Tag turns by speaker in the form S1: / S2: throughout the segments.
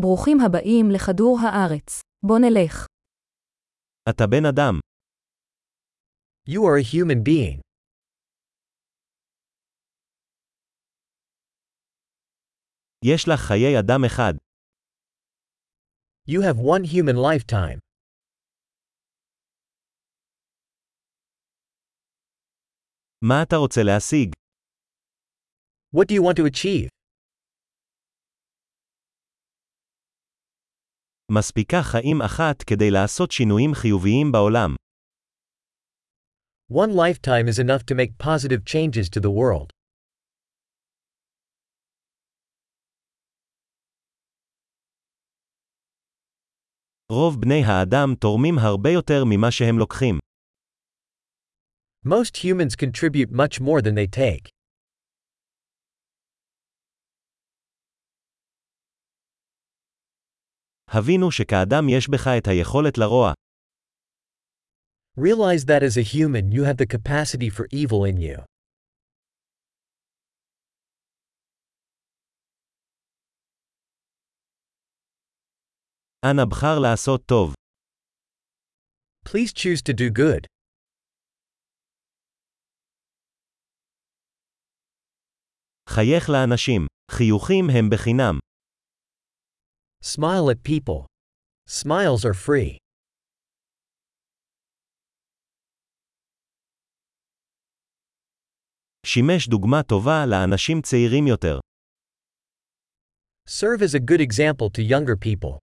S1: ברוכים הבאים לכדור הארץ. בוא נלך.
S2: אתה בן אדם.
S3: You are a human being.
S2: יש לך חיי אדם אחד.
S3: You have one human lifetime.
S2: מה אתה רוצה להשיג?
S3: What do you want to achieve?
S2: מספיקה חיים אחת כדי לעשות שינויים חיוביים בעולם.
S3: One lifetime is enough to make positive changes to the world.
S2: רוב בני האדם תורמים הרבה יותר ממה שהם לוקחים.
S3: Most humans contribute much more than they take.
S2: הבינו שכאדם יש בך את היכולת לרוע.
S3: Realize that as a human you have the capacity for evil in you.
S2: אנא בחר לעשות טוב.
S3: Please choose to do good.
S2: חייך לאנשים. חיוכים הם בחינם.
S3: Smile at people. Smiles are free.
S2: שימש דוגמה טובה לאנשים צעירים יותר.
S3: Serve as a good example to younger people.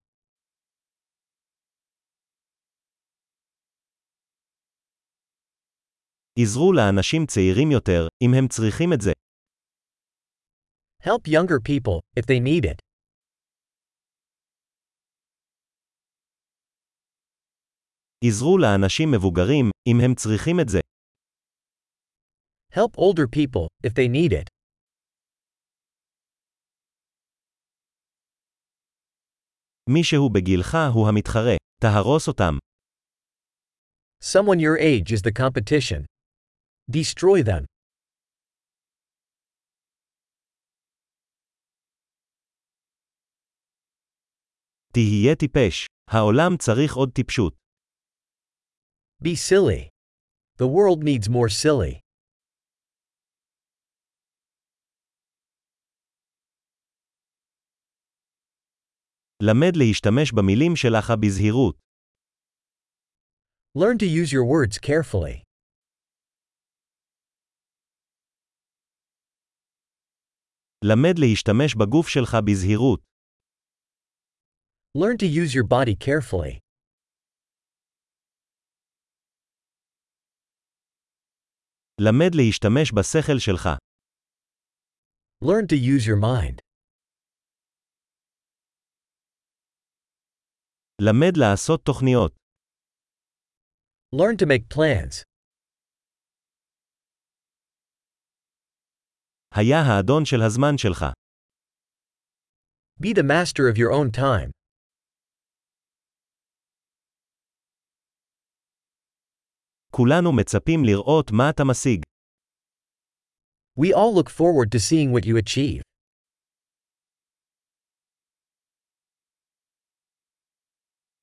S2: עזרו לאנשים צעירים יותר, אם הם צריכים את זה.
S3: Help younger people, if they need it.
S2: עזרו לאנשים מבוגרים, אם הם צריכים את זה.
S3: Help older people, if they need it.
S2: מישהו בגילך הוא המתחרה, תהרוס אותם.
S3: Someone your age is the competition. Destroy them.
S2: תהיה טיפש. העולם צריך עוד טיפשות.
S3: Be silly. The world needs more silly.
S2: למד להשתמש במילים שלך בזהירות.
S3: Learn to use your words carefully.
S2: למד להשתמש בגוף שלך בזהירות.
S3: Learn to use your body carefully.
S2: למד להשתמש בשכל שלך.
S3: Learn to use your mind.
S2: למד לעשות תוכניות.
S3: Learn to make plans.
S2: היה האדון של הזמן שלך.
S3: Be the master of your own time.
S2: כולנו מצפים לראות מה אתה משיג.
S3: We all look forward to seeing what you achieve.